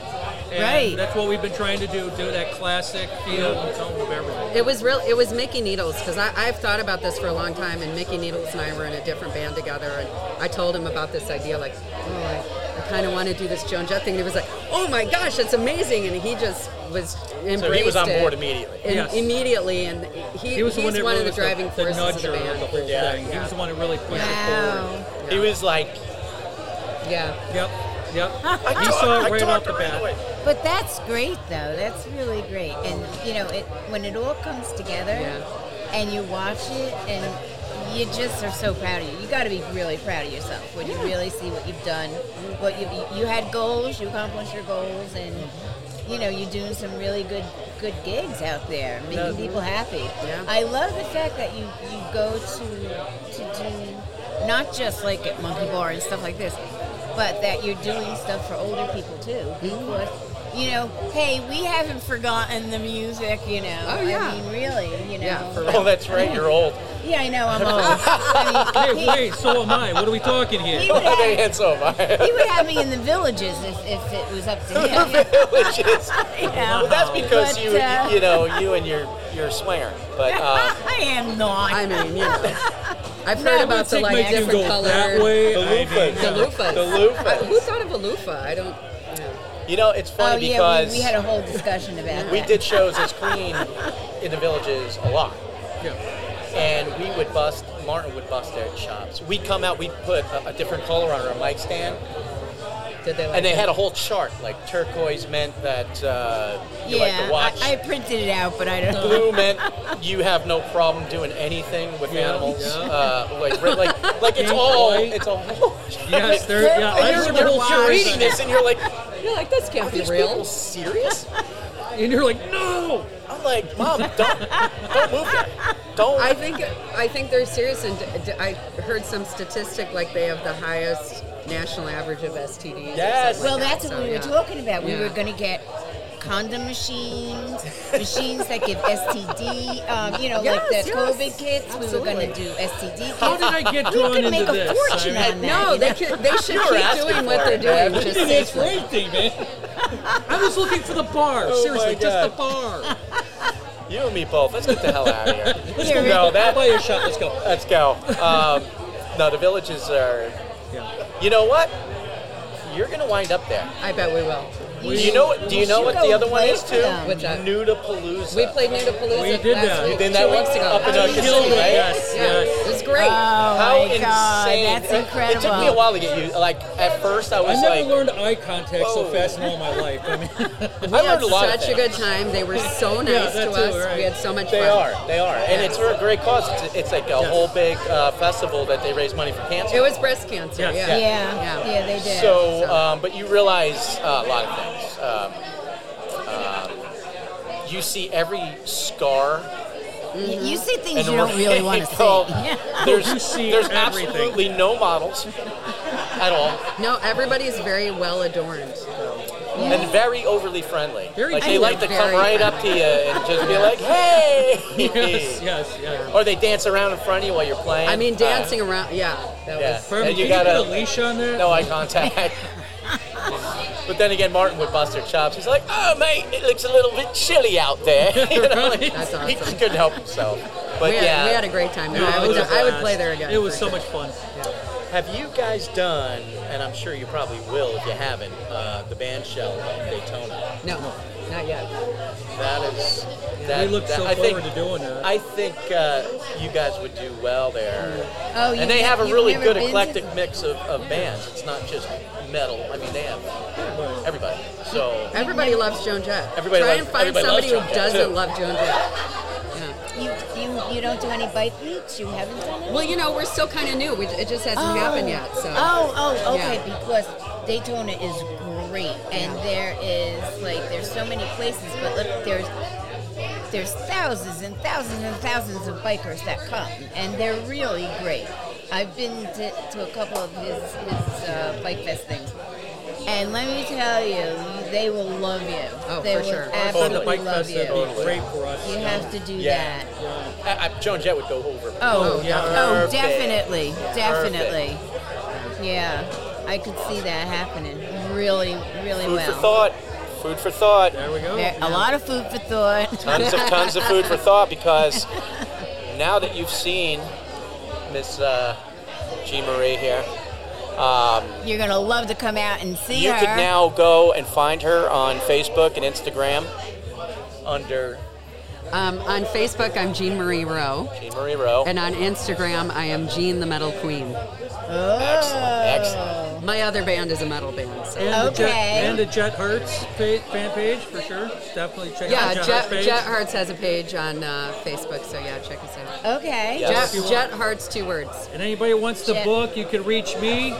[SPEAKER 4] And
[SPEAKER 1] Right.
[SPEAKER 4] That's what we've been trying to do. Do that classic feel and tone of everything.
[SPEAKER 3] It was real. It was Mickey Needles because I've thought about this for a long time, and Mickey Needles and I were in a different band together, and I told him about this idea, like, oh, I, I kind of want to do this Joan Jett thing, and he was like, oh my gosh, it's amazing, and he just was embraced.
[SPEAKER 2] So he was on
[SPEAKER 3] it.
[SPEAKER 2] board immediately.
[SPEAKER 3] And
[SPEAKER 4] Yes.
[SPEAKER 3] Immediately, and he,
[SPEAKER 4] He was the
[SPEAKER 3] he's one,
[SPEAKER 4] one that
[SPEAKER 3] of
[SPEAKER 4] really
[SPEAKER 3] the
[SPEAKER 4] was
[SPEAKER 3] driving
[SPEAKER 4] the,
[SPEAKER 3] forces of the
[SPEAKER 4] nudger of the
[SPEAKER 3] band.
[SPEAKER 4] whole
[SPEAKER 2] Yeah.
[SPEAKER 4] thing. He was the one who really pushed it forward.
[SPEAKER 1] Wow.
[SPEAKER 2] He was like,
[SPEAKER 3] Yeah.
[SPEAKER 4] Yep.
[SPEAKER 3] [LAUGHS]
[SPEAKER 4] Yep.
[SPEAKER 2] I
[SPEAKER 4] he
[SPEAKER 2] talked-
[SPEAKER 4] saw
[SPEAKER 2] I
[SPEAKER 4] it right
[SPEAKER 2] talked
[SPEAKER 4] off the
[SPEAKER 2] her
[SPEAKER 4] bat.
[SPEAKER 2] away.
[SPEAKER 1] But that's great, though. That's really great. And you know, it when it all comes together,
[SPEAKER 3] Yeah.
[SPEAKER 1] and you watch it, and you just are so proud of you. You got to be really proud of yourself when you really see what you've done. What you you had goals, you accomplished your goals, and you know you're doing some really good good gigs out there, making people happy.
[SPEAKER 3] Yeah.
[SPEAKER 1] I love the fact that you you go to to do not just like at Monkey Bar and stuff like this, but that you're doing stuff for older people too. Because
[SPEAKER 3] Mm-hmm.
[SPEAKER 1] you know, hey, we haven't forgotten the music, you know.
[SPEAKER 3] Oh, yeah.
[SPEAKER 1] I mean, really, you know.
[SPEAKER 3] Yeah, for
[SPEAKER 2] Oh, that's right. You're old. [LAUGHS]
[SPEAKER 1] Yeah, I know, I'm old. I mean,
[SPEAKER 4] Hey, wait, so am I. What are we talking here?
[SPEAKER 1] he, would
[SPEAKER 2] they
[SPEAKER 1] have,
[SPEAKER 2] had so
[SPEAKER 1] he would have me in the villages if, if it was up to him.
[SPEAKER 2] [LAUGHS] Which is,
[SPEAKER 1] You
[SPEAKER 2] well,
[SPEAKER 1] know?
[SPEAKER 2] that's because
[SPEAKER 1] Oh. But,
[SPEAKER 2] you,
[SPEAKER 1] uh,
[SPEAKER 2] you know, you and your your swinger. But
[SPEAKER 1] [LAUGHS]
[SPEAKER 2] uh,
[SPEAKER 1] I am not.
[SPEAKER 3] I mean, you
[SPEAKER 4] [LAUGHS]
[SPEAKER 3] know. I've heard
[SPEAKER 4] I'm gonna
[SPEAKER 3] about the
[SPEAKER 4] take my
[SPEAKER 3] like
[SPEAKER 4] you go
[SPEAKER 3] different
[SPEAKER 4] that
[SPEAKER 3] color.
[SPEAKER 4] way.
[SPEAKER 2] The
[SPEAKER 4] I
[SPEAKER 2] loofahs.
[SPEAKER 4] mean,
[SPEAKER 3] The loofahs.
[SPEAKER 2] The loofahs.
[SPEAKER 3] I- Who thought of a loofah? I don't.
[SPEAKER 2] you know, it's
[SPEAKER 1] oh,
[SPEAKER 2] funny
[SPEAKER 1] yeah,
[SPEAKER 2] because
[SPEAKER 1] we, we had a whole discussion about
[SPEAKER 2] we
[SPEAKER 1] that.
[SPEAKER 2] did shows as Queen in the villages a lot.
[SPEAKER 4] yeah.
[SPEAKER 2] and we would bust. Martin would bust their chops. We'd come out. We'd put a, a different color on our mic stand,
[SPEAKER 3] Did they like?
[SPEAKER 2] and they
[SPEAKER 3] it?
[SPEAKER 2] had a whole chart. Like turquoise meant that uh, you
[SPEAKER 1] yeah,
[SPEAKER 2] like to watch.
[SPEAKER 1] I, I printed it out, but I don't
[SPEAKER 2] Blue meant you have no problem doing anything with
[SPEAKER 4] Yeah,
[SPEAKER 2] animals.
[SPEAKER 4] yeah.
[SPEAKER 2] Uh, like, re- like, like it's
[SPEAKER 4] Pink,
[SPEAKER 2] all.
[SPEAKER 4] white.
[SPEAKER 2] It's a whole.
[SPEAKER 4] Yes, there. Yeah, I
[SPEAKER 2] And
[SPEAKER 4] heard
[SPEAKER 2] you're,
[SPEAKER 4] the
[SPEAKER 2] you're,
[SPEAKER 4] whole
[SPEAKER 2] you're
[SPEAKER 4] chorus.
[SPEAKER 2] reading this, and you're like,
[SPEAKER 3] You're like, this can't
[SPEAKER 2] "Are
[SPEAKER 3] be
[SPEAKER 2] these people
[SPEAKER 3] real.
[SPEAKER 2] serious?"
[SPEAKER 4] and you're like, no.
[SPEAKER 2] I'm like, "Mom, don't, don't move it. Don't."
[SPEAKER 3] I think I think they're serious, and d- d- I heard some statistic like they have the highest national average of STDs. or
[SPEAKER 2] Yes.
[SPEAKER 1] [LAUGHS]
[SPEAKER 3] something
[SPEAKER 1] Well,
[SPEAKER 3] like that,
[SPEAKER 1] that's what
[SPEAKER 3] so,
[SPEAKER 1] we were
[SPEAKER 3] yeah.
[SPEAKER 1] talking about. We
[SPEAKER 3] Yeah.
[SPEAKER 1] were going to get condom machines, machines that give STD, um, you know, like
[SPEAKER 3] Yes,
[SPEAKER 1] the
[SPEAKER 3] yes.
[SPEAKER 1] COVID kits. We were going to
[SPEAKER 3] Absolutely.
[SPEAKER 1] do STD kits.
[SPEAKER 4] How did I
[SPEAKER 3] [LAUGHS]
[SPEAKER 4] get
[SPEAKER 1] we
[SPEAKER 4] drawn
[SPEAKER 1] could make
[SPEAKER 4] into
[SPEAKER 1] a
[SPEAKER 4] this?
[SPEAKER 1] fortune
[SPEAKER 4] I
[SPEAKER 1] on that.
[SPEAKER 3] No,
[SPEAKER 1] you
[SPEAKER 3] they
[SPEAKER 1] know?
[SPEAKER 3] should, they should
[SPEAKER 2] were
[SPEAKER 3] keep
[SPEAKER 2] asking
[SPEAKER 3] doing
[SPEAKER 2] for
[SPEAKER 3] what
[SPEAKER 2] it,
[SPEAKER 3] they're
[SPEAKER 2] man.
[SPEAKER 3] doing.
[SPEAKER 4] You
[SPEAKER 3] Just
[SPEAKER 4] didn't ask for
[SPEAKER 3] safely.
[SPEAKER 4] anything, man. I was looking for the bar.
[SPEAKER 2] Oh my
[SPEAKER 4] Seriously, just
[SPEAKER 2] God.
[SPEAKER 4] the
[SPEAKER 3] [LAUGHS]
[SPEAKER 4] bar.
[SPEAKER 2] you and me both. Let's get the hell out of here.
[SPEAKER 4] Let's
[SPEAKER 1] Yeah,
[SPEAKER 4] go.
[SPEAKER 1] right.
[SPEAKER 2] No,
[SPEAKER 4] I'll
[SPEAKER 2] that
[SPEAKER 4] buy you a shot. Let's go.
[SPEAKER 2] Let's go. Um, no, the villages are.
[SPEAKER 4] Yeah.
[SPEAKER 2] You know what? You're gonna wind up there.
[SPEAKER 3] I bet we will.
[SPEAKER 2] Do you know? Do you know
[SPEAKER 1] should
[SPEAKER 2] what
[SPEAKER 1] go
[SPEAKER 2] the other one
[SPEAKER 1] play
[SPEAKER 2] is
[SPEAKER 1] for
[SPEAKER 2] too?
[SPEAKER 1] them.
[SPEAKER 3] What's that?
[SPEAKER 2] Nudapalooza.
[SPEAKER 3] We played Nudapalooza
[SPEAKER 4] We did
[SPEAKER 3] last
[SPEAKER 4] that.
[SPEAKER 3] week,
[SPEAKER 2] Then that
[SPEAKER 3] two
[SPEAKER 2] went
[SPEAKER 3] weeks ago.
[SPEAKER 2] up in
[SPEAKER 3] Yeah.
[SPEAKER 2] our casino, right?
[SPEAKER 4] Yes,
[SPEAKER 3] Yeah, it
[SPEAKER 4] yes.
[SPEAKER 3] was great.
[SPEAKER 1] Oh
[SPEAKER 2] How
[SPEAKER 1] my
[SPEAKER 2] insane!
[SPEAKER 1] god, that's
[SPEAKER 2] It-
[SPEAKER 1] incredible.
[SPEAKER 2] It took me a while to get you. Like at first, I
[SPEAKER 4] I
[SPEAKER 2] was
[SPEAKER 4] never
[SPEAKER 2] like, Oh.
[SPEAKER 4] learned eye contact so
[SPEAKER 2] Whoa.
[SPEAKER 4] fast in all my life. I mean,
[SPEAKER 2] [LAUGHS]
[SPEAKER 4] [LAUGHS]
[SPEAKER 2] I
[SPEAKER 3] we had
[SPEAKER 2] learned a lot. of
[SPEAKER 3] such a
[SPEAKER 2] things.
[SPEAKER 3] good time. They were
[SPEAKER 2] [LAUGHS]
[SPEAKER 3] so nice
[SPEAKER 4] that
[SPEAKER 3] to
[SPEAKER 4] too,
[SPEAKER 3] us.
[SPEAKER 4] right.
[SPEAKER 3] We had so much
[SPEAKER 2] They
[SPEAKER 3] fun.
[SPEAKER 2] are. They are, and it's for a great cause. It's, it's like a
[SPEAKER 4] Yes.
[SPEAKER 2] whole big uh, festival that they raise money for cancer.
[SPEAKER 3] It was breast cancer.
[SPEAKER 4] Yes.
[SPEAKER 3] Yeah.
[SPEAKER 1] yeah.
[SPEAKER 3] Yeah.
[SPEAKER 1] yeah, they did.
[SPEAKER 2] So,
[SPEAKER 3] so-
[SPEAKER 2] um, but you realize uh, a lot of things. Um, um, you see every scar
[SPEAKER 4] [LAUGHS]
[SPEAKER 1] Y- you see things
[SPEAKER 2] and
[SPEAKER 1] you don't really want to
[SPEAKER 2] rectangle.
[SPEAKER 1] see.
[SPEAKER 2] There's,
[SPEAKER 4] You see
[SPEAKER 2] there's
[SPEAKER 4] everything.
[SPEAKER 2] absolutely no models at all,
[SPEAKER 3] No, everybody's very well adorned.
[SPEAKER 2] and very overly friendly.
[SPEAKER 4] Very
[SPEAKER 2] like they like to come
[SPEAKER 3] friendly.
[SPEAKER 2] right up to you and just be like, "Hey!"
[SPEAKER 4] [LAUGHS] yes, yes, yes.
[SPEAKER 2] Or they dance around in front of you while you're playing.
[SPEAKER 3] I mean,
[SPEAKER 2] Uh,
[SPEAKER 3] dancing around. Yeah. That
[SPEAKER 2] Yeah.
[SPEAKER 3] was.
[SPEAKER 4] Furman,
[SPEAKER 2] And you
[SPEAKER 4] can you
[SPEAKER 2] gotta-
[SPEAKER 4] put a leash on that?
[SPEAKER 2] no eye [LAUGHS] contact. But then again, Martin would bust their chops. He's like, "Oh, mate, it looks a little bit chilly out there." [LAUGHS] You know, like,
[SPEAKER 4] That's
[SPEAKER 2] He
[SPEAKER 3] awesome.
[SPEAKER 2] couldn't help himself. But
[SPEAKER 3] We had,
[SPEAKER 2] yeah,
[SPEAKER 3] we had a great time there.
[SPEAKER 4] No,
[SPEAKER 3] I
[SPEAKER 4] it
[SPEAKER 3] would,
[SPEAKER 4] was a
[SPEAKER 3] I would
[SPEAKER 4] blast.
[SPEAKER 3] play there again.
[SPEAKER 4] It was
[SPEAKER 3] for
[SPEAKER 4] so
[SPEAKER 3] sure.
[SPEAKER 4] much fun.
[SPEAKER 2] Have you guys done, and I'm sure you probably will if you haven't, uh, the band shell of Daytona?
[SPEAKER 3] No, not yet.
[SPEAKER 2] That is. That,
[SPEAKER 4] we looked
[SPEAKER 2] that-
[SPEAKER 4] so
[SPEAKER 2] I
[SPEAKER 4] forward
[SPEAKER 2] think,
[SPEAKER 4] to doing that.
[SPEAKER 2] I think uh, you guys would do well there.
[SPEAKER 1] Oh,
[SPEAKER 2] and
[SPEAKER 1] you've
[SPEAKER 2] they
[SPEAKER 1] ne-
[SPEAKER 2] have a
[SPEAKER 1] you've
[SPEAKER 2] really
[SPEAKER 1] never
[SPEAKER 2] good
[SPEAKER 1] been to-
[SPEAKER 2] eclectic mix of, of bands. It's not just metal. I mean, they have everybody. So.
[SPEAKER 3] Everybody loves Joan Jett.
[SPEAKER 2] Everybody
[SPEAKER 3] Try
[SPEAKER 2] loves-
[SPEAKER 3] and find
[SPEAKER 2] everybody
[SPEAKER 3] somebody
[SPEAKER 2] loves Joan Jett,
[SPEAKER 3] who doesn't
[SPEAKER 2] too.
[SPEAKER 3] love Joan Jett.
[SPEAKER 1] You, you, you don't do any bite beats? You haven't done it?
[SPEAKER 3] Well, you know, we're still kind of new. We, it just hasn't
[SPEAKER 1] oh.
[SPEAKER 3] happened yet. So.
[SPEAKER 1] Oh, oh, okay.
[SPEAKER 3] Yeah.
[SPEAKER 1] Because Daytona is great, and
[SPEAKER 3] Yeah.
[SPEAKER 1] there is like there's so many places, but look, there's there's thousands and thousands and thousands of bikers that come, and they're really great. I've been to, to a couple of his his uh, bike fest things, and let me tell you, they will love you.
[SPEAKER 3] Oh,
[SPEAKER 1] they
[SPEAKER 3] for
[SPEAKER 1] will
[SPEAKER 3] sure. Oh,
[SPEAKER 4] Oh,
[SPEAKER 1] absolutely
[SPEAKER 4] the bike
[SPEAKER 1] love
[SPEAKER 4] fest
[SPEAKER 1] you.
[SPEAKER 4] would be great for us.
[SPEAKER 1] You have to do
[SPEAKER 2] Yeah.
[SPEAKER 1] that.
[SPEAKER 2] I, I, Joan Jett would go over.
[SPEAKER 1] Oh,
[SPEAKER 3] Oh,
[SPEAKER 1] yeah.
[SPEAKER 3] yeah.
[SPEAKER 1] Oh,
[SPEAKER 2] Perfect.
[SPEAKER 1] definitely. Definitely. Yeah. I could see that happening really, really
[SPEAKER 2] Food
[SPEAKER 1] well.
[SPEAKER 2] for thought. Food for thought.
[SPEAKER 4] There we go.
[SPEAKER 1] There- a lot of food for thought.
[SPEAKER 2] [LAUGHS] tons of tons of food for thought because now that you've seen Miss uh, G Marie here,
[SPEAKER 1] You're going to love to come out and see
[SPEAKER 2] you
[SPEAKER 1] her.
[SPEAKER 2] could now go and find her on Facebook and Instagram under
[SPEAKER 3] Um, on Facebook, I'm Jean Marie Rowe,
[SPEAKER 2] G Marie Rowe.
[SPEAKER 3] and on Instagram, I am Jean the Metal Queen.
[SPEAKER 1] oh.
[SPEAKER 2] Excellent,
[SPEAKER 3] My other band is a metal band. So.
[SPEAKER 4] And the Jet,
[SPEAKER 1] Okay.
[SPEAKER 4] and the Jet Hurts pa- fan page for sure. Definitely check
[SPEAKER 3] Yeah,
[SPEAKER 4] out Jet,
[SPEAKER 3] Jet,
[SPEAKER 4] Hurts page.
[SPEAKER 3] Jet Hearts has a page on uh, Facebook, so yeah, check us out.
[SPEAKER 1] Okay.
[SPEAKER 2] Yeah. Yes.
[SPEAKER 3] Jet, Jet Hearts, two words.
[SPEAKER 4] and anybody who wants the
[SPEAKER 1] Jet.
[SPEAKER 4] book, you can reach me,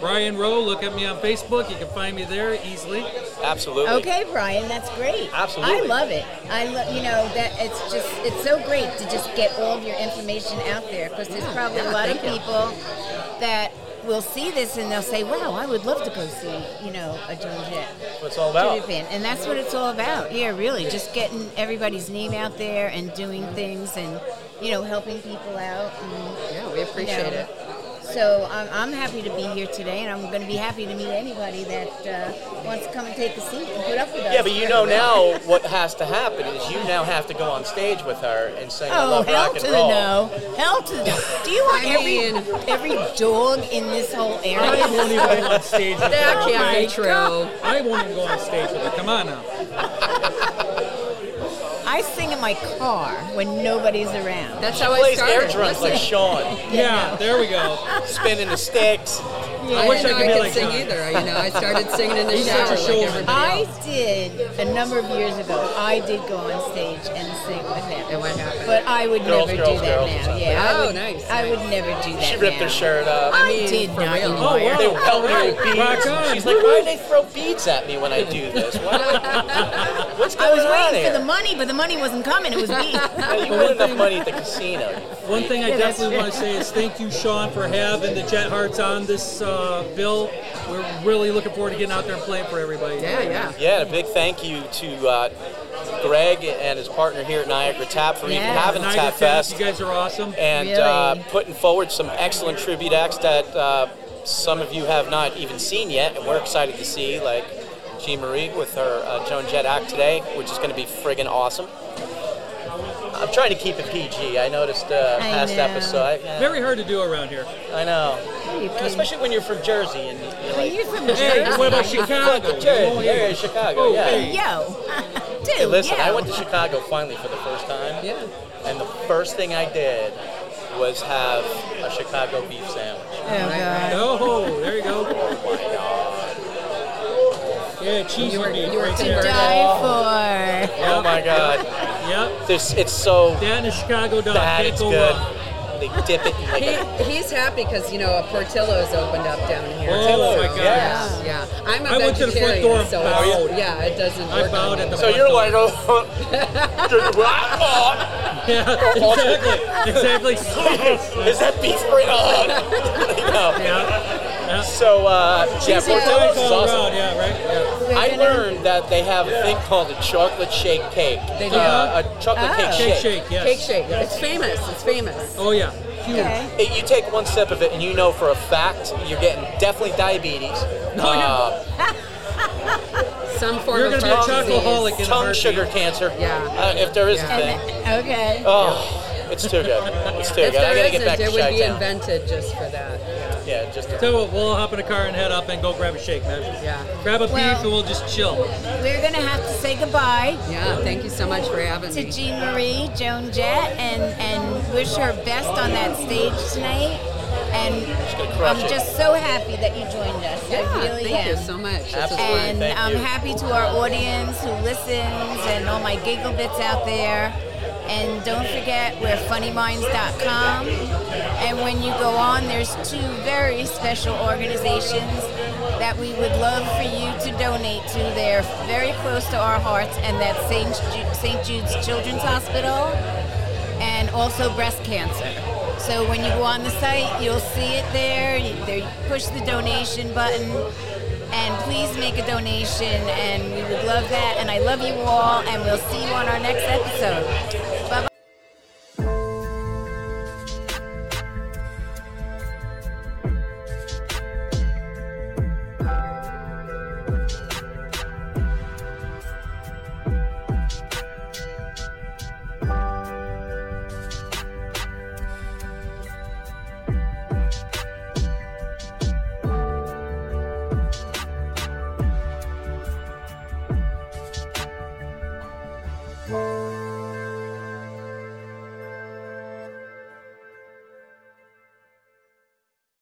[SPEAKER 4] Brian Rowe. Look at me on Facebook. You can find me there easily.
[SPEAKER 2] absolutely.
[SPEAKER 1] Okay, Brian, that's great.
[SPEAKER 2] Absolutely.
[SPEAKER 1] I love it. I love, you know, that it's just, it's so great to just get all of your information out there because there's probably a
[SPEAKER 3] yeah,
[SPEAKER 1] lot of
[SPEAKER 3] thank you.
[SPEAKER 1] people that will see this and they'll say, "Wow, I would love to go see you know a Joan Jett."
[SPEAKER 2] That's what it's all about.
[SPEAKER 1] tribute band. and that's what it's all about. Yeah, really, just getting everybody's name out there and doing things and you know helping people out. And,
[SPEAKER 3] Yeah, we
[SPEAKER 1] you know.
[SPEAKER 3] appreciate it.
[SPEAKER 1] So I'm, I'm happy to be here today, and I'm going to be happy to meet anybody that uh, wants to come and take a seat and put up with us.
[SPEAKER 2] Yeah, but you know now
[SPEAKER 1] [LAUGHS]
[SPEAKER 2] what has to happen is you now have to go on stage with her and sing I
[SPEAKER 1] Oh,
[SPEAKER 2] love
[SPEAKER 1] hell
[SPEAKER 2] rock
[SPEAKER 1] to
[SPEAKER 2] and
[SPEAKER 1] the
[SPEAKER 2] roll.
[SPEAKER 1] no. Hell to the no. Do you want
[SPEAKER 3] I
[SPEAKER 1] every,
[SPEAKER 3] mean-
[SPEAKER 1] every dog in this whole
[SPEAKER 4] I
[SPEAKER 1] area?
[SPEAKER 4] won't even go on stage. With
[SPEAKER 3] That can't
[SPEAKER 4] her.
[SPEAKER 3] be
[SPEAKER 4] Oh my
[SPEAKER 3] true.
[SPEAKER 4] God. I won't even go on stage with her. Come on now.
[SPEAKER 1] I sing in my car when nobody's around.
[SPEAKER 3] That's how I
[SPEAKER 2] Plays
[SPEAKER 3] started.
[SPEAKER 2] air drums like
[SPEAKER 3] Listen,
[SPEAKER 2] Sean,
[SPEAKER 4] Yeah, there we go.
[SPEAKER 2] spinning the sticks.
[SPEAKER 4] I wish
[SPEAKER 3] didn't
[SPEAKER 4] I could
[SPEAKER 3] know
[SPEAKER 4] be
[SPEAKER 3] I
[SPEAKER 4] like
[SPEAKER 3] sing
[SPEAKER 4] John.
[SPEAKER 3] either. You know, I started singing
[SPEAKER 4] [LAUGHS]
[SPEAKER 3] in the
[SPEAKER 4] He's
[SPEAKER 3] shower
[SPEAKER 4] such a
[SPEAKER 3] like
[SPEAKER 4] showman.
[SPEAKER 3] everybody
[SPEAKER 1] I
[SPEAKER 3] else.
[SPEAKER 1] did a number of years ago. I did go on stage and sing with him.
[SPEAKER 3] And what happened?
[SPEAKER 1] But I would
[SPEAKER 2] Girls,
[SPEAKER 1] never
[SPEAKER 2] girls,
[SPEAKER 1] do that
[SPEAKER 2] girls or
[SPEAKER 1] now.
[SPEAKER 2] something.
[SPEAKER 1] Yeah, I
[SPEAKER 3] Oh,
[SPEAKER 1] would,
[SPEAKER 3] nice,
[SPEAKER 1] I
[SPEAKER 3] nice.
[SPEAKER 1] would never do that.
[SPEAKER 2] She ripped
[SPEAKER 1] now.
[SPEAKER 2] her shirt up.
[SPEAKER 1] I,
[SPEAKER 3] mean,
[SPEAKER 1] did
[SPEAKER 3] for
[SPEAKER 1] not.
[SPEAKER 3] real.
[SPEAKER 1] inquire.
[SPEAKER 4] Oh, wow.
[SPEAKER 2] They were pelting her with
[SPEAKER 4] Alright, rock
[SPEAKER 2] beads.
[SPEAKER 4] on.
[SPEAKER 2] She's like, why do they throw beads at me when I do this? Why- [LAUGHS] What's
[SPEAKER 1] I
[SPEAKER 2] going
[SPEAKER 1] was
[SPEAKER 2] on
[SPEAKER 1] waiting
[SPEAKER 2] here?
[SPEAKER 1] for the money, but the money wasn't coming. It was me.
[SPEAKER 2] Yeah, you win enough money at the casino.
[SPEAKER 4] One thing I
[SPEAKER 1] Yeah, that's
[SPEAKER 4] definitely
[SPEAKER 1] true.
[SPEAKER 4] want to say is thank you, Sean, for having the Jet Hearts on this uh, bill. We're really looking forward to getting out there and playing for everybody.
[SPEAKER 3] Yeah, yeah.
[SPEAKER 2] Yeah, and a big thank you to uh, Greg and his partner here at Niagara Tap for even
[SPEAKER 1] Yeah.
[SPEAKER 2] having
[SPEAKER 4] Niagara
[SPEAKER 2] Tap
[SPEAKER 4] Tap,
[SPEAKER 2] Fest.
[SPEAKER 4] you guys are awesome.
[SPEAKER 2] and
[SPEAKER 1] Really?
[SPEAKER 2] uh, putting forward some excellent tribute acts that uh, some of you have not even seen yet, and we're excited to see, like Jean Marie with her uh, Joan Jett act today, which is going to be friggin' awesome. I'm trying to keep it PG. I noticed uh,
[SPEAKER 1] I
[SPEAKER 2] past
[SPEAKER 1] know.
[SPEAKER 2] episode. I,
[SPEAKER 4] Very hard to do around here.
[SPEAKER 2] I know,
[SPEAKER 1] Are you kidding?
[SPEAKER 2] especially when you're from Jersey and you're
[SPEAKER 1] Are
[SPEAKER 2] like,
[SPEAKER 1] you from
[SPEAKER 4] Hey,
[SPEAKER 1] Jersey?
[SPEAKER 4] what about
[SPEAKER 2] "Fuck
[SPEAKER 4] Chicago?
[SPEAKER 2] Jersey,
[SPEAKER 4] Yeah.
[SPEAKER 2] yeah, yeah, Chicago,
[SPEAKER 4] Oh,
[SPEAKER 2] yeah.
[SPEAKER 4] hey.
[SPEAKER 1] Yo, dude.
[SPEAKER 2] Hey, listen,
[SPEAKER 1] yo.
[SPEAKER 2] I went to Chicago finally for the first time,
[SPEAKER 3] Yeah.
[SPEAKER 2] and the first thing I did was have a Chicago beef sandwich.
[SPEAKER 1] Oh god.
[SPEAKER 4] Oh, there you go. Yeah, cheese
[SPEAKER 3] You were-
[SPEAKER 4] and beef
[SPEAKER 3] you were
[SPEAKER 4] right
[SPEAKER 3] too
[SPEAKER 4] there.
[SPEAKER 3] dark.
[SPEAKER 1] Die for.
[SPEAKER 2] Oh my god.
[SPEAKER 4] Yep.
[SPEAKER 2] This it's so
[SPEAKER 4] That and a Chicago dog.
[SPEAKER 2] bad,
[SPEAKER 4] Can't
[SPEAKER 2] it's
[SPEAKER 4] go
[SPEAKER 2] good.
[SPEAKER 4] wrong.
[SPEAKER 2] They dip it in like
[SPEAKER 3] He,
[SPEAKER 2] a-
[SPEAKER 3] he's happy because you know a Portillo's opened up down here.
[SPEAKER 4] Oh my
[SPEAKER 2] Portillo's,
[SPEAKER 4] god.
[SPEAKER 2] yes.
[SPEAKER 3] Yeah, I'm a
[SPEAKER 4] I went to the front
[SPEAKER 3] vegetarian,
[SPEAKER 4] door and
[SPEAKER 3] so
[SPEAKER 4] bowed.
[SPEAKER 3] it's, yeah, it doesn't
[SPEAKER 4] I
[SPEAKER 3] work. on
[SPEAKER 4] bowed
[SPEAKER 3] me.
[SPEAKER 4] at the
[SPEAKER 2] So you're like oh, [LAUGHS] oh,
[SPEAKER 4] [LAUGHS] Yeah, exactly. Exactly.
[SPEAKER 2] is that beef right on? [LAUGHS] no.
[SPEAKER 4] yeah.
[SPEAKER 2] So uh yeah,
[SPEAKER 3] Cheese and
[SPEAKER 2] Portillo's
[SPEAKER 4] Go
[SPEAKER 2] is
[SPEAKER 4] around,
[SPEAKER 2] awesome.
[SPEAKER 4] yeah, right?
[SPEAKER 1] We're
[SPEAKER 2] I
[SPEAKER 1] gonna-
[SPEAKER 2] learned that they have a thing called a chocolate shake cake.
[SPEAKER 3] They do? Ah.
[SPEAKER 2] Uh, a chocolate
[SPEAKER 1] Oh.
[SPEAKER 2] cake
[SPEAKER 4] Yeah. Shake,
[SPEAKER 2] shake.
[SPEAKER 4] shake, yes.
[SPEAKER 3] Cake shake.
[SPEAKER 4] Yes.
[SPEAKER 3] It's famous. It's famous.
[SPEAKER 4] Oh, yeah. Huge.
[SPEAKER 1] Okay.
[SPEAKER 2] It- you take one sip of it and you know for a fact you're getting definitely diabetes.
[SPEAKER 3] [LAUGHS]
[SPEAKER 4] No,
[SPEAKER 2] uh,
[SPEAKER 3] Some form
[SPEAKER 4] You're
[SPEAKER 3] of
[SPEAKER 4] gonna be a
[SPEAKER 3] heart disease.
[SPEAKER 4] chocoholic. in a
[SPEAKER 2] tongue
[SPEAKER 4] heartbeat.
[SPEAKER 2] sugar cancer.
[SPEAKER 3] Yeah.
[SPEAKER 2] Uh, if there is
[SPEAKER 3] Yeah.
[SPEAKER 2] a thing.
[SPEAKER 1] And- okay.
[SPEAKER 2] Oh, it's too good. It's too
[SPEAKER 3] If
[SPEAKER 2] good. I
[SPEAKER 3] there
[SPEAKER 2] gotta
[SPEAKER 3] isn't,
[SPEAKER 2] get back to
[SPEAKER 3] it would be
[SPEAKER 2] Chi-Town.
[SPEAKER 3] invented just for that.
[SPEAKER 2] Yeah, just
[SPEAKER 4] So we'll, we'll hop in a car and head up and go grab a shake, man.
[SPEAKER 3] Yeah.
[SPEAKER 4] Grab a beef
[SPEAKER 1] Well-
[SPEAKER 4] and we'll just chill.
[SPEAKER 1] We're gonna have to say goodbye
[SPEAKER 3] Yeah. Thank you so much for having
[SPEAKER 1] to
[SPEAKER 3] me.
[SPEAKER 1] Jean Marie Joan Jett and and wish her best on that stage tonight. And
[SPEAKER 2] gonna crush
[SPEAKER 1] I'm
[SPEAKER 2] it.
[SPEAKER 1] just so happy that you joined us. I really
[SPEAKER 3] thank
[SPEAKER 1] am.
[SPEAKER 3] you so much. This was
[SPEAKER 2] Absolutely.
[SPEAKER 3] fun.
[SPEAKER 1] And
[SPEAKER 2] Thank
[SPEAKER 1] I'm
[SPEAKER 2] you.
[SPEAKER 1] happy to our audience who listens and all my giggle bits out there. And don't forget, we're funnyminds.com. And when you go on, there's two very special organizations that we would love for you to donate to. They're very close to our hearts, and that's St. Ju- St. Jude's Children's Hospital and also breast cancer. So when you go on the site, you'll see it there. You, there you push the donation button, and please make a donation. And we would love that. And I love you all, and we'll see you on our next episode.